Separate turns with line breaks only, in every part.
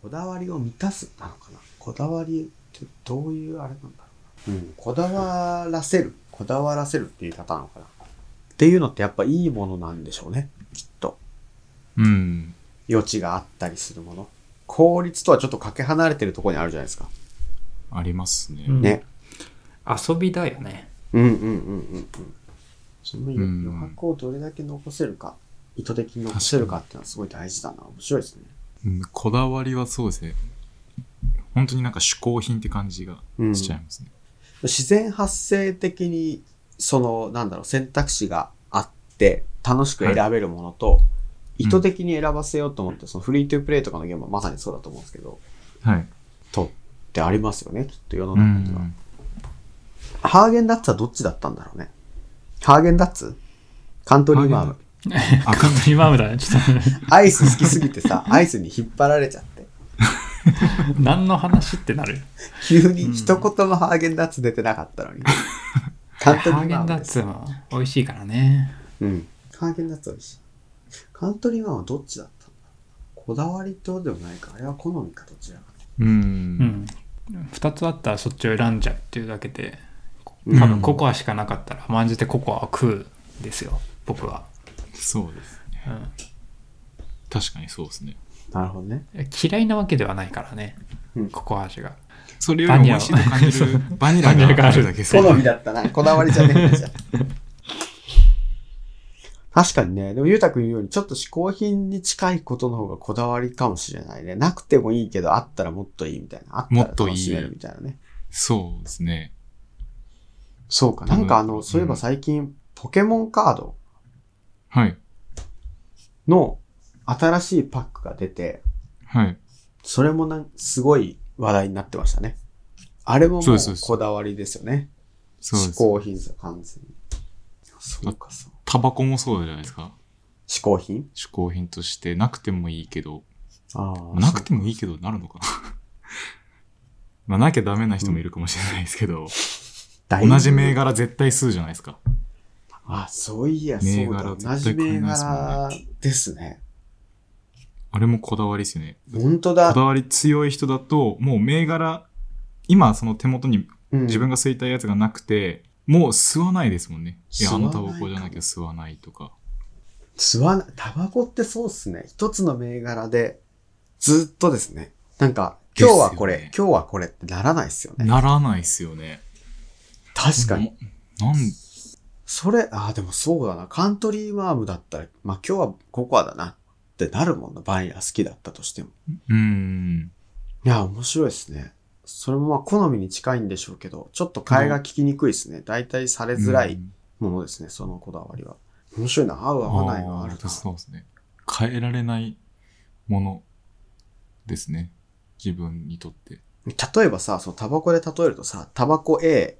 こだわりを満たすなのかなこだわりってどういうあれなんだろうな、うん、こだわらせるこだわらせるっていう方なのかなっていうのってやっぱいいものなんでしょうねきっと
うん。
余地があったりするもの効率とはちょっとかけ離れてるところにあるじゃないですか、
ありますね。
うん
ね
遊びだよね。
うんうんうんうんうんその余
うん
余白をどれだけ残せるか意図的に残せるかっていうのはすごい大事だな面白いですね
うんこだわりはそうですね。本当になんか嗜好品って感じが
うん
しちゃいますね。
自然発生的にそのなんだろう選択肢があって楽しく選べるものと、
い
意図的に選ばせようと思って、そのフリートゥープレイとかのゲームはまさにそうだと思うんですけど
はい。
とってありますよねきっと世の
う
中には、
ん。
ハーゲンダッツはどっちだったんだろうねハーゲンダッツカントリーマーム
あ、カントリーマームだね。ちょっ
アイス好きすぎてさアイスに引っ張られちゃって
と、 何の話ってなる。
急に一言もハーゲンダッツ出てなかったのに、カントリ
ハー
ー
ゲ
マー
ン
ム
ダッ
です
ツは美味しいからね。
うん。ハーゲンダッツ美味しい。カントリーマンはどっちだったんだこだわりってことでもないか。あれは好みかどちらか。
う。
うんん。2つあったらそっちを選んじゃうっていうだけで、
うん
多分ココアしかなかったら、まんじてココアを食うですよ、僕は。
そうです。
うん
確かにそうですね。
なるほどね。
嫌いなわけではないからね、
うん
ココア味が。
それよりも美味しいと感じる バニ
ラを
ラがあ
そう
るだけそう。
好みだったな。こだわりじゃねえんだじゃん。 確かにね。でも、ゆうたくん言うように、ちょっと嗜好品に近いことの方がこだわりかもしれないね。なくてもいいけど、あったらもっといいみたいな。あったら
もっといい
楽しめるみたいなね。
そうですね。
そうか。
多分
なんかあの、そういえ
う
ば
ん
最近、ポケモンカード
はい。
の新しいパックが出て、
はい。
それもなんすごい話題になってましたね。あれも
そ
もう
うですそうです
こだわりですよね。
そうで
嗜
す。
好品さ、完全に。そうか、そう。
タバコもそうじゃないですか。
嗜好品
嗜好品として、なくてもいいけど、
ああ
なくてもいいけどなるのかな。 まあ、なきゃダメな人もいるかもしれないですけど、同じ銘
柄。
柄絶対吸うじゃないですか。
あ、そういや、
銘
そうだ。
柄絶
同
対
じ銘
買えないですもんね
柄ですね。
あれもこだわりですよね。
本当
こだ
だ。
わり強い人だと、もう銘柄、今その手元に
うん
自分が吸いたいやつがなくて、もう吸わないですもんね。いや、
吸わ
あ
な
の
いか
タ
も
バコじゃなきゃ吸わないとか。
吸わな、タバコってそうっすね。一つの銘柄で、ずっとですね。なんか、今日はこれ、
です
今日はこれってならないっすよね。
ならないっすよね。
確かに。
な。なん、
それ、ああ、でもそうだな。カントリーマームだったら、まあ今日はココアだなってなるもんな。バニラ好きだったとしても。
うーん。
いや、面白いですね。それもまあ好みに近いんでしょうけど、ちょっと替えが利きにくいですね。大体されづら
う
い
ん
ものですね、そのこだわりは。面白いな。合う合わないがあるな
あー。そうですね。変えられないものですね。自分にとって。
例えばさ、そのタバコで例えるとさ、タバコ A、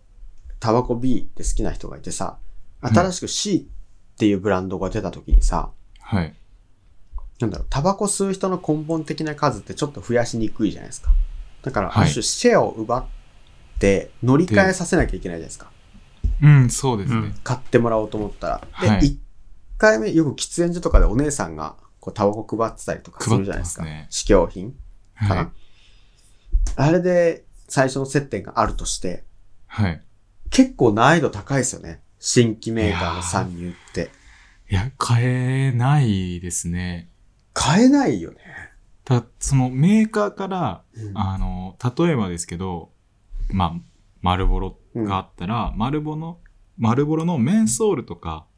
タバコ B って好きな人がいてさ、新しく C っていうブランドが出た時にさ、
はい。
なんだろう、タバコ吸う人の根本的な数ってちょっと増やしにくいじゃないですか。だから、
はい
ある種シェアを奪って乗り換えさせなきゃいけないじゃないですか。
うん、そうですね。
うん
買ってもらおうと思ったら。で、一
はい
1回目、よく喫煙所とかでお姉さんがこうタバコ配ってたりとかするじゃないですか。
配ってます
試供品かな、
はい。
あれで最初の接点があるとして、
はい。
結構難易度高いですよね。新規メーカーの参入って。
いや、変えないですね。
買えないよね。
た、そのメーカーから
うん
あの、例えばですけど、まあ、丸ボロがあったら、丸ボの、丸ボロのメンソールとか、
うん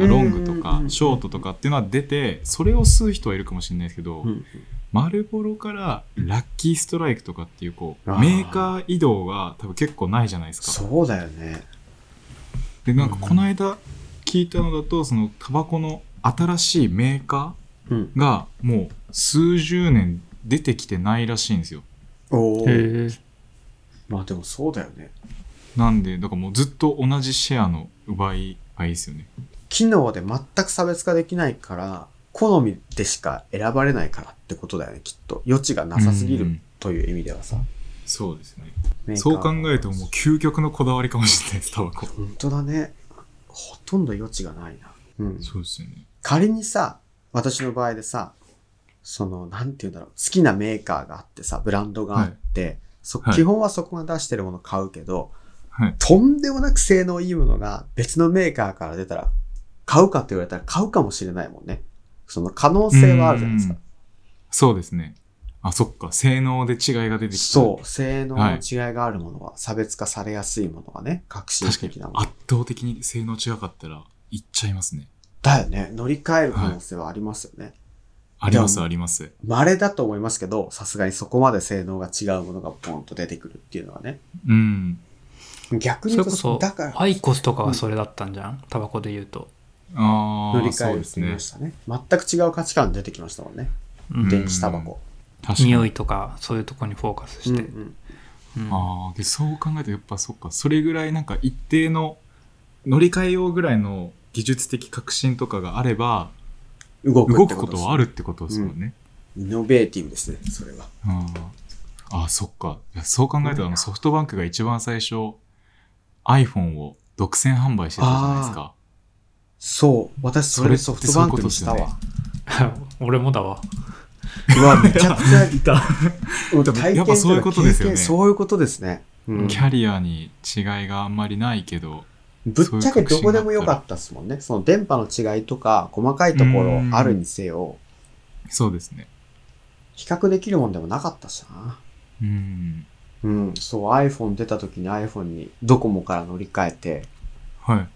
ロングと
う
か
ん、
ショートとかっていうのは出て、それを吸う人はいるかもしれないですけど、
うん
丸ボロからラッキーストライクとかっていう、こう
あ、ー
メーカー移動が多分結構ないじゃないですか。
そうだよね。
で、なんかこの間聞いたのだと、そのタバコの新しいメーカ
うん。
ーがもう数十年出てきてないらしいんですよ。
お
へ
ー
え
まあでもそうだよね。
なんで、だからもうずっと同じシェアの奪い合いですよね。
機能で全く差別化できないから、好みでしか選ばれないからってことだよね、きっと。余地がなさすぎ
う
る
ん
という意味ではさ。
そうですね。
メーカー
そう考えてももう究極のこだわりかもしれないです、タバコ。
本当だね。ほとんど余地がないな。うん。
そうですよね。
仮にさ、私の場合でさ、その、なんて言うんだろう、好きなメーカーがあってさ、ブランドがあって、そ
はい
基本はそこが出してるもの買うけど、
はい
とんでもなく性能いいものが別のメーカーから出たら、買うかって言われたら買うかもしれないもんね。その可能性はあるじゃないですか
うん。そうですね。あ、そっか。性能で違いが出てきた。
そう、性能の違いがあるものは、差別化されやすいものがね、革新
確かに
的なもの。
圧倒的に性能違かったら、いっちゃいますね。
だよね。乗り換える可能性はありますよね。
ありま、
ですも
あります。
稀だと思いますけど、さすがにそこまで性能が違うものがポンと出てくるっていうのはね。
うん。
逆に言う
それ
と、
こそ
だから、
アイコスとかはそれだったんじゃんタバコで言うと、
あ
乗り
あ、
換
そ
え
う
る
で
っ
す
て言い
ね
ま。したね。全く違う価値観出てきましたもんね。
うん
電子タバコ。
確かに。
匂いとかそういうとこにフォーカス
う
し
ん
て、
うん
うん
ああ、でそう考えるとやっぱそっか、それぐらいなんか一定の乗り換えようぐらいの技術的革新とかがあれば、
動く
動
って
くこ
こと
と
です
はあるってことですもんね。
イノベーティブですね、それは。
うんああ、そっか。いやそう考えたらあのソフトバンクが一番最初 iPhone を独占販売してたじゃないですか。
そう、私それソ
それっ
フ
て
ト
そ
バ
ういう
ン
こ
ク
と
に
っ
し
す
た
よね
わ。
俺もだわ
う わ、めちゃくちゃいた。
でもやっぱそういうことですよね
経験そういうことですね。うん
キャリアに違いがあんまりないけど、
ぶっちゃけどこでもよかったですもんね。その電波の違いとか、細かいところあるにせよ、
そうですね。
比較できるもんでもなかったしな。
うん。
うん、そう、iPhone 出た時に iPhone にドコモから乗り換えて
はい。やっ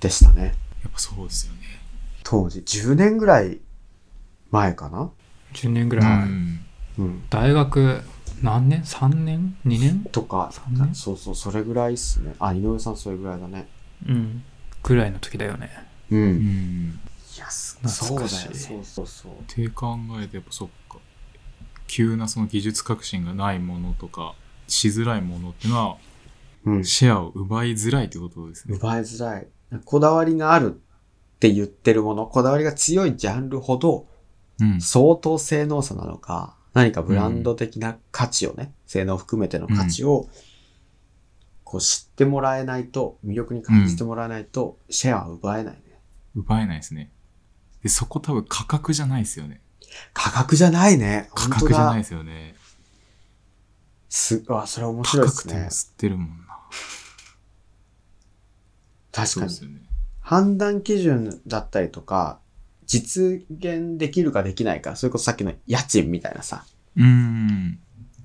でしたね。
ぱそうですよね。
当時、10年ぐらい前かな。
10年ぐ
う
らい前、
ん。
うん。
大学何年3年2年
とか、
三年
そうそう、それぐらいっすね。あ、井上さんそれぐらいだね。
うんぐらいの時だよね
う。
うんん。
いや、すそう
懐
だよ。
かしい
そうそうそう。
って考えてやっぱそっか急なその技術革新がないものとかしづらいものってのは
うん。
シェアを奪いづらいってことですね。
奪いづらい。こだわりがあるって言ってるもの、こだわりが強いジャンルほど、
うん。
相当性能差なのか、何かブランド的な価値をね、性能を含めての価値を、こう知ってもらえないと、魅力に感じてもらえないと、シェアは奪えないね。
奪えないですね。で、そこ多分価格じゃないですよね。
価格じゃないね。
価格じゃない
い。
ですよね。
す、あ、それ面白い
高
で
く
す
ても
ね。
吸ってるもんな。
確
そう
か
で
に
す。よね。
判断基準だったりとか、実現できるかできないか、それこそさっきの家賃みたいなさ、
うーん。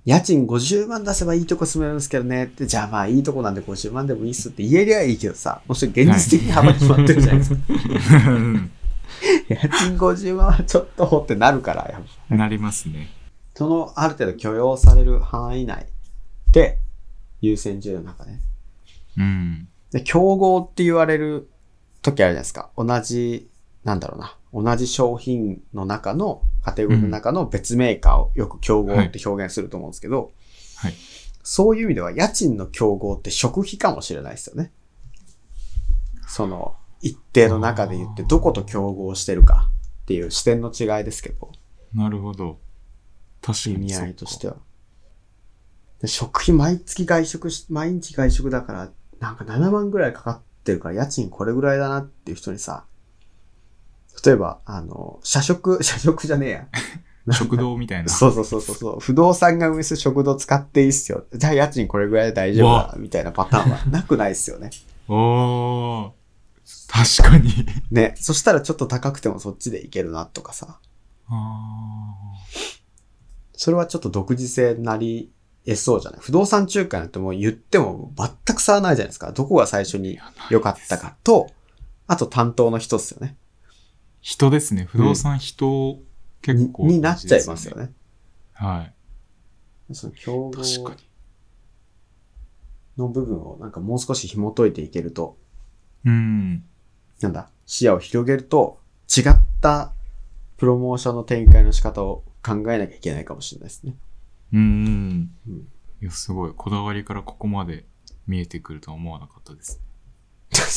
家賃50万出せばいいとこ住めるんですけどねって、じゃあまあいいとこなんで50万でもいいっすって言えりゃいいけどさ、もうそれ現実的に幅決まってるじゃないですか。家賃50万はちょっとってなるから、やっぱ
なりますね。
そのある程度許容される範囲内で、優先順位の中ね。
うん。
で、競合って言われる時あるじゃないですか。同じ、なんだろうな。同じ商品の中の、カテゴリーの中の別メーカーをよく競合って表現すると思うんですけど、
はい
そういう意味では家賃の競合って食費かもしれないですよね。その、一定の中で言って
あー
どこと競合してるかっていう視点の違いですけど、
なるほど。確か
意
に。
味合いとして
は。
は。で食費毎月外食し、毎日外食だから、なんか7万ぐらいかかってるから家賃これぐらいだなっていう人にさ、例えば、あの、社食、 社食じゃねえや。
食堂みたい な。
そうそうそうそうそう。不動産が運営する食堂使っていいっすよ。じゃあ家賃これぐらいで大丈夫だ。みたいなパターンはなくないっすよね。
おー。確かに。
ね。そしたらちょっと高くてもそっちでいけるなとかさ。
あ
それはちょっと独自性になり得そうじゃない不動産仲介なんてもう言っても全く差はないじゃないですか。どこが最初に
ー。
良かったかと、あと担当の人っすよね。
人ですね。不動産人、結構、
にになっちゃいますよ。ね。
はい。
その競合
確か
の部分をなんかもう少し紐解いていけると、
に。うん。
なんだ、視野を広げると、違ったプロモーションの展開の仕方を考えなきゃいけないかもしれないですね。
うん
う
うんん。いや、すごい。こだわりからここまで見えてくるとは思わなかったです。
確か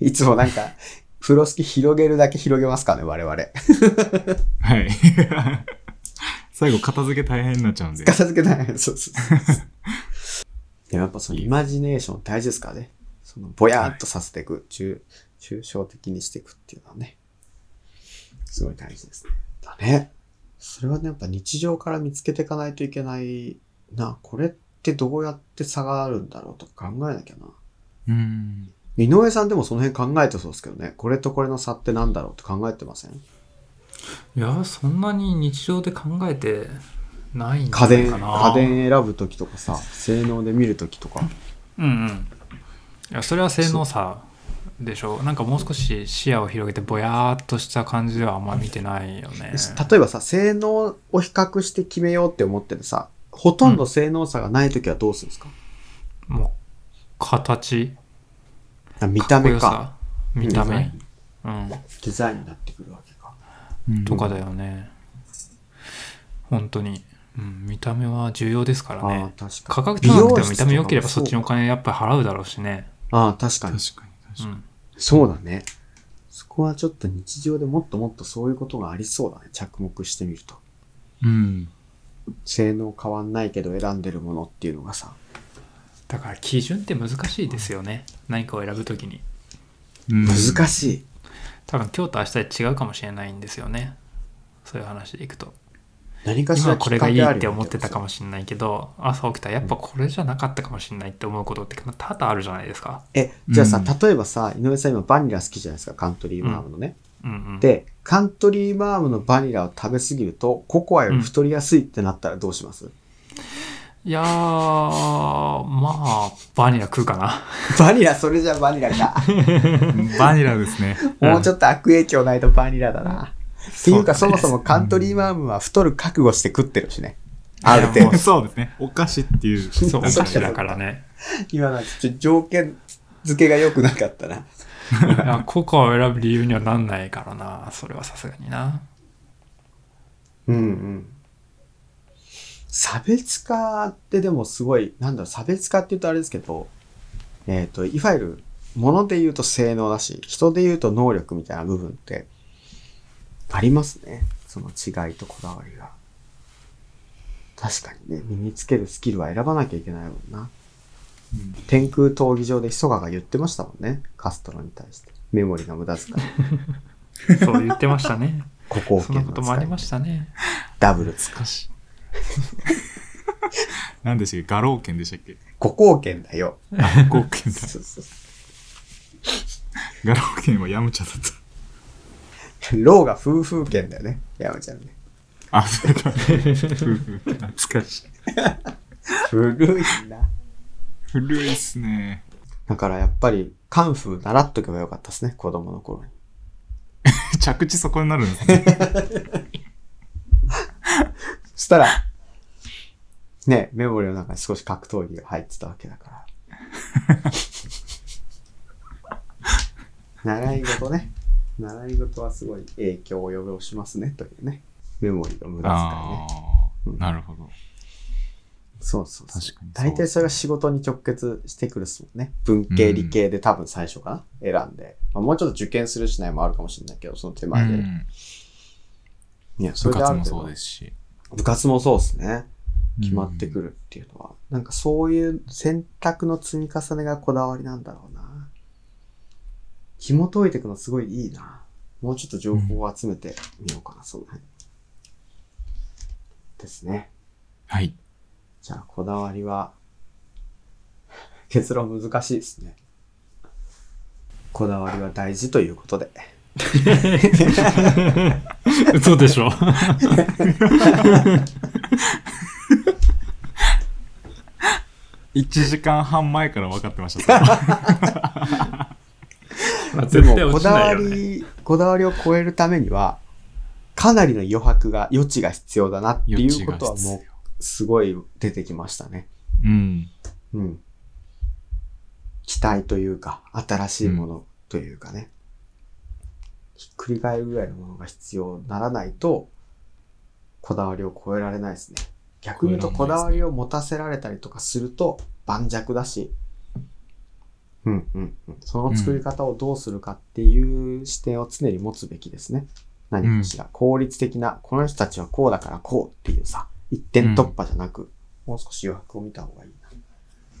にいつもなんか、風呂敷広げるだけ広げますからね、我々。
はい。 最後、片付け大変になっちゃうんで。
片付けない。 そうそうそうでもやっぱそのイマジネーション大事ですからね。そのぼやーっとさせていく、抽抽象的にしていくっていうのはね、すごい大事ですね。だね。それはね、やっぱ日常から見つけていかないといけないな。これってどうやって差があるんだろうとか考えなきゃな。
うん。
井上さんでもその辺考えてそうですけどね。これとこれの差ってなんだろうって考えてません
いや、そんなに日常で考えてないんじゃ
家
ない
電、
かな。
家電選ぶときとかさ、性能で見るときとか。
うんうん。いや、それは性能差でしょう。なんかもう少し視野を広げて、ぼやーっとした感じではあんま見てないよね。
例えばさ、性能を比較して決めようって思ってるさ、ほとんど性能差がないときはどうするんですか、
もう、形
あ見た目か
かっこよさ見た目うん。
デザインになってくるわけか。
とかだよね。本当に。うん、見た目は重要ですからね。
ああ、確かに。
価格高くて
美容
も
室
見た目良けれ
と
ば
か
そ
も
っちのお金やっぱり払うだろうしね。
ああ、確かに。
確かに、確か
う
に。
ん。
そうだね。そこはちょっと日常でもっともっとそういうことがありそうだね。着目してみると。
うん。
性能変わんないけど選んでるものっていうのがさ。
だから基準って難しいですよね。何かを選ぶときに。
うん
難しい。
多分今日と明日で違うかもしれないんですよね。そういう話でいくと。
何かし
今
ら
は
き
こ
っ
れ
か
がい
け
い
あるよね
って思ってたかもしれないけど、朝起きたらやっぱこれじゃなかったかもしれないって思うことって多々あるじゃないですか。
え、じゃあさ、
うん
例えばさ、井上さん今バニラ好きじゃないですか、カントリーマームのね。
うんうん。、
で、カントリーマームのバニラを食べ過ぎると、ココアより太りやすいってなったらどうします、
いやー、まあ、バニラ食うかな。
バニラ、それじゃバニラか。
バニラですね。
もうちょっと悪影響ないとバニラだな。っていうか、そ
そう
も
だね
そもカントリーマームは太る覚悟して食ってるしね。ある程
いや
度
も。
そうですね。お菓子っていう。
そ
そっ
う、
か
昔だから ね。
今のはちょっと条件付けが良くなかったな。
いやココアを選ぶ理由にはなんないからな。それはさすがにな。
うんうん。差別化ってでもすごい、なんだろう、差別化って言うとあれですけど、えっ、と、いわゆる、物で言うと性能だし、人で言うと能力みたいな部分って、ありますね。その違いとこだわりが。確かにね、身につけるスキルは選ばなきゃいけないもんな。
うん
天空闘技場でヒソガが言ってましたもんね。カストロに対して。メモリが無駄遣い。
そう言ってましたね。
ここを
そんなこともありましたね。
ダブル使い。
何でしたっけ画廊券でした っけ
五貢献だよ。
あ五券だ。
そうそうそ
画廊券はヤムチャだっ た。
うローが夫婦券だよね。山ちゃんね。
あ、そうか。懐かしい。
古いな。
古いっすね。
だからやっぱり、カンフー習っとけばよかったですね、子供の頃に。
着地そこになるんで すね。
そしたら、ね、メモリの中に少し格闘技が入ってたわけだから。 習い事ね。習い事はすごい影響を及ぼしますね、というね。メモリの無駄遣いね
あ。あ
うん
ー、なるほど。
そうそうそう
確かにそう
大体それが仕事に直結してくるっすもんね。文系、
うん
理系で多分最初かな、選んで。まあ、もうちょっと受験するしないもあるかもしれないけど、その手前で。
うん
いや、そ
部
れである程度
活もそうですし。
部活もそうですね。決まってくるっていうのは。なんかそういう選択の積み重ねがこだわりなんだろうな。紐解いていくのすごいいいな。もうちょっと情報を集めてみようかな、その辺。ですね。
はい。
じゃあ、こだわりは、 結論難しいですね。こだわりは大事ということで。
そうで しょ。
1時間半前から分かってました。
で
絶
も
対、
こ
落ち
だ
ない
わ
よね。
り、こだわりを超えるためには、かなりの余白が、余地が必要だなっていうことは
余地が
も
必
う、すごい出てきましたね。
うん。
うん。期待というか、新しいものというかね、ひっくり返るぐらいのものが必要にならないと、こだわりを超えられないですね。逆に言うと、こ
超えら
だ
れな
わ
い
り
ですね
を持たせられたりとかすると、盤石だし、うんうんうん。その作り方をどうするかっていう視点を常に持つべきですね。何かしら、効率的な、この人たちはこうだからこうっていうさ、一点突破じゃなく、もう少し余白を見た方がいい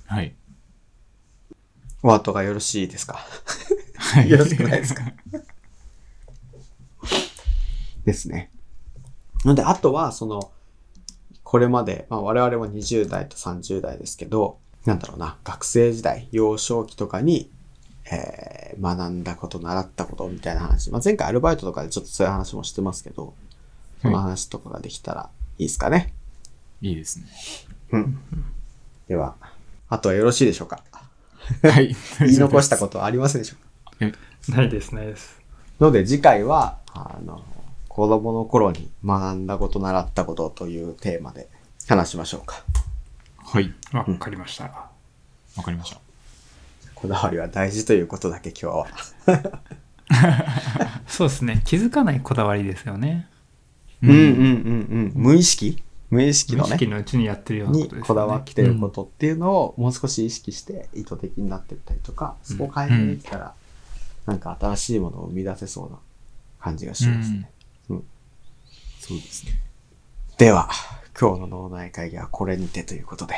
な。
はい。
ワートがよろしいですか
はい
よろしくないですかですね。なんで、あとは、その、これまで、まあ我々も20代と30代ですけど、なんだろうな、学生時代、幼少期とかに、えー、学んだこと、習ったことみたいな話。まあ前回アルバイトとかでちょっとそういう話もしてますけど、その話とかができたらいいですかね。
いいですね。
うん。では、あとはよろしいでしょうか。
はい。
言い残したことはありますでしょうか
ないです、ないです。
ので次回は、あの、子供の頃に学んだこと、習ったことというテーマで話しましょうか。
はい。
わかりました。
わかりました。
こだわりは大事ということだけ今日は。
そうですね。気づかないこだわりですよね。
うんうんうんうん。無意識無意識
無
の
意
ね。
識のうちにやってるようなこ
に
とですよね。
こだわってることっていうのをもう少し意識して意図的になってったりとか、そこを変えていったら、なんか新しいものを生み出せそうな感じがしますね。
うん
うん
そうですね。
では、今日の脳内会議はこれにてということで、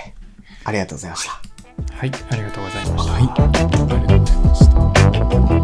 ありがとうございました。
はい、ありがとうございました。
はい。ありがとうございました。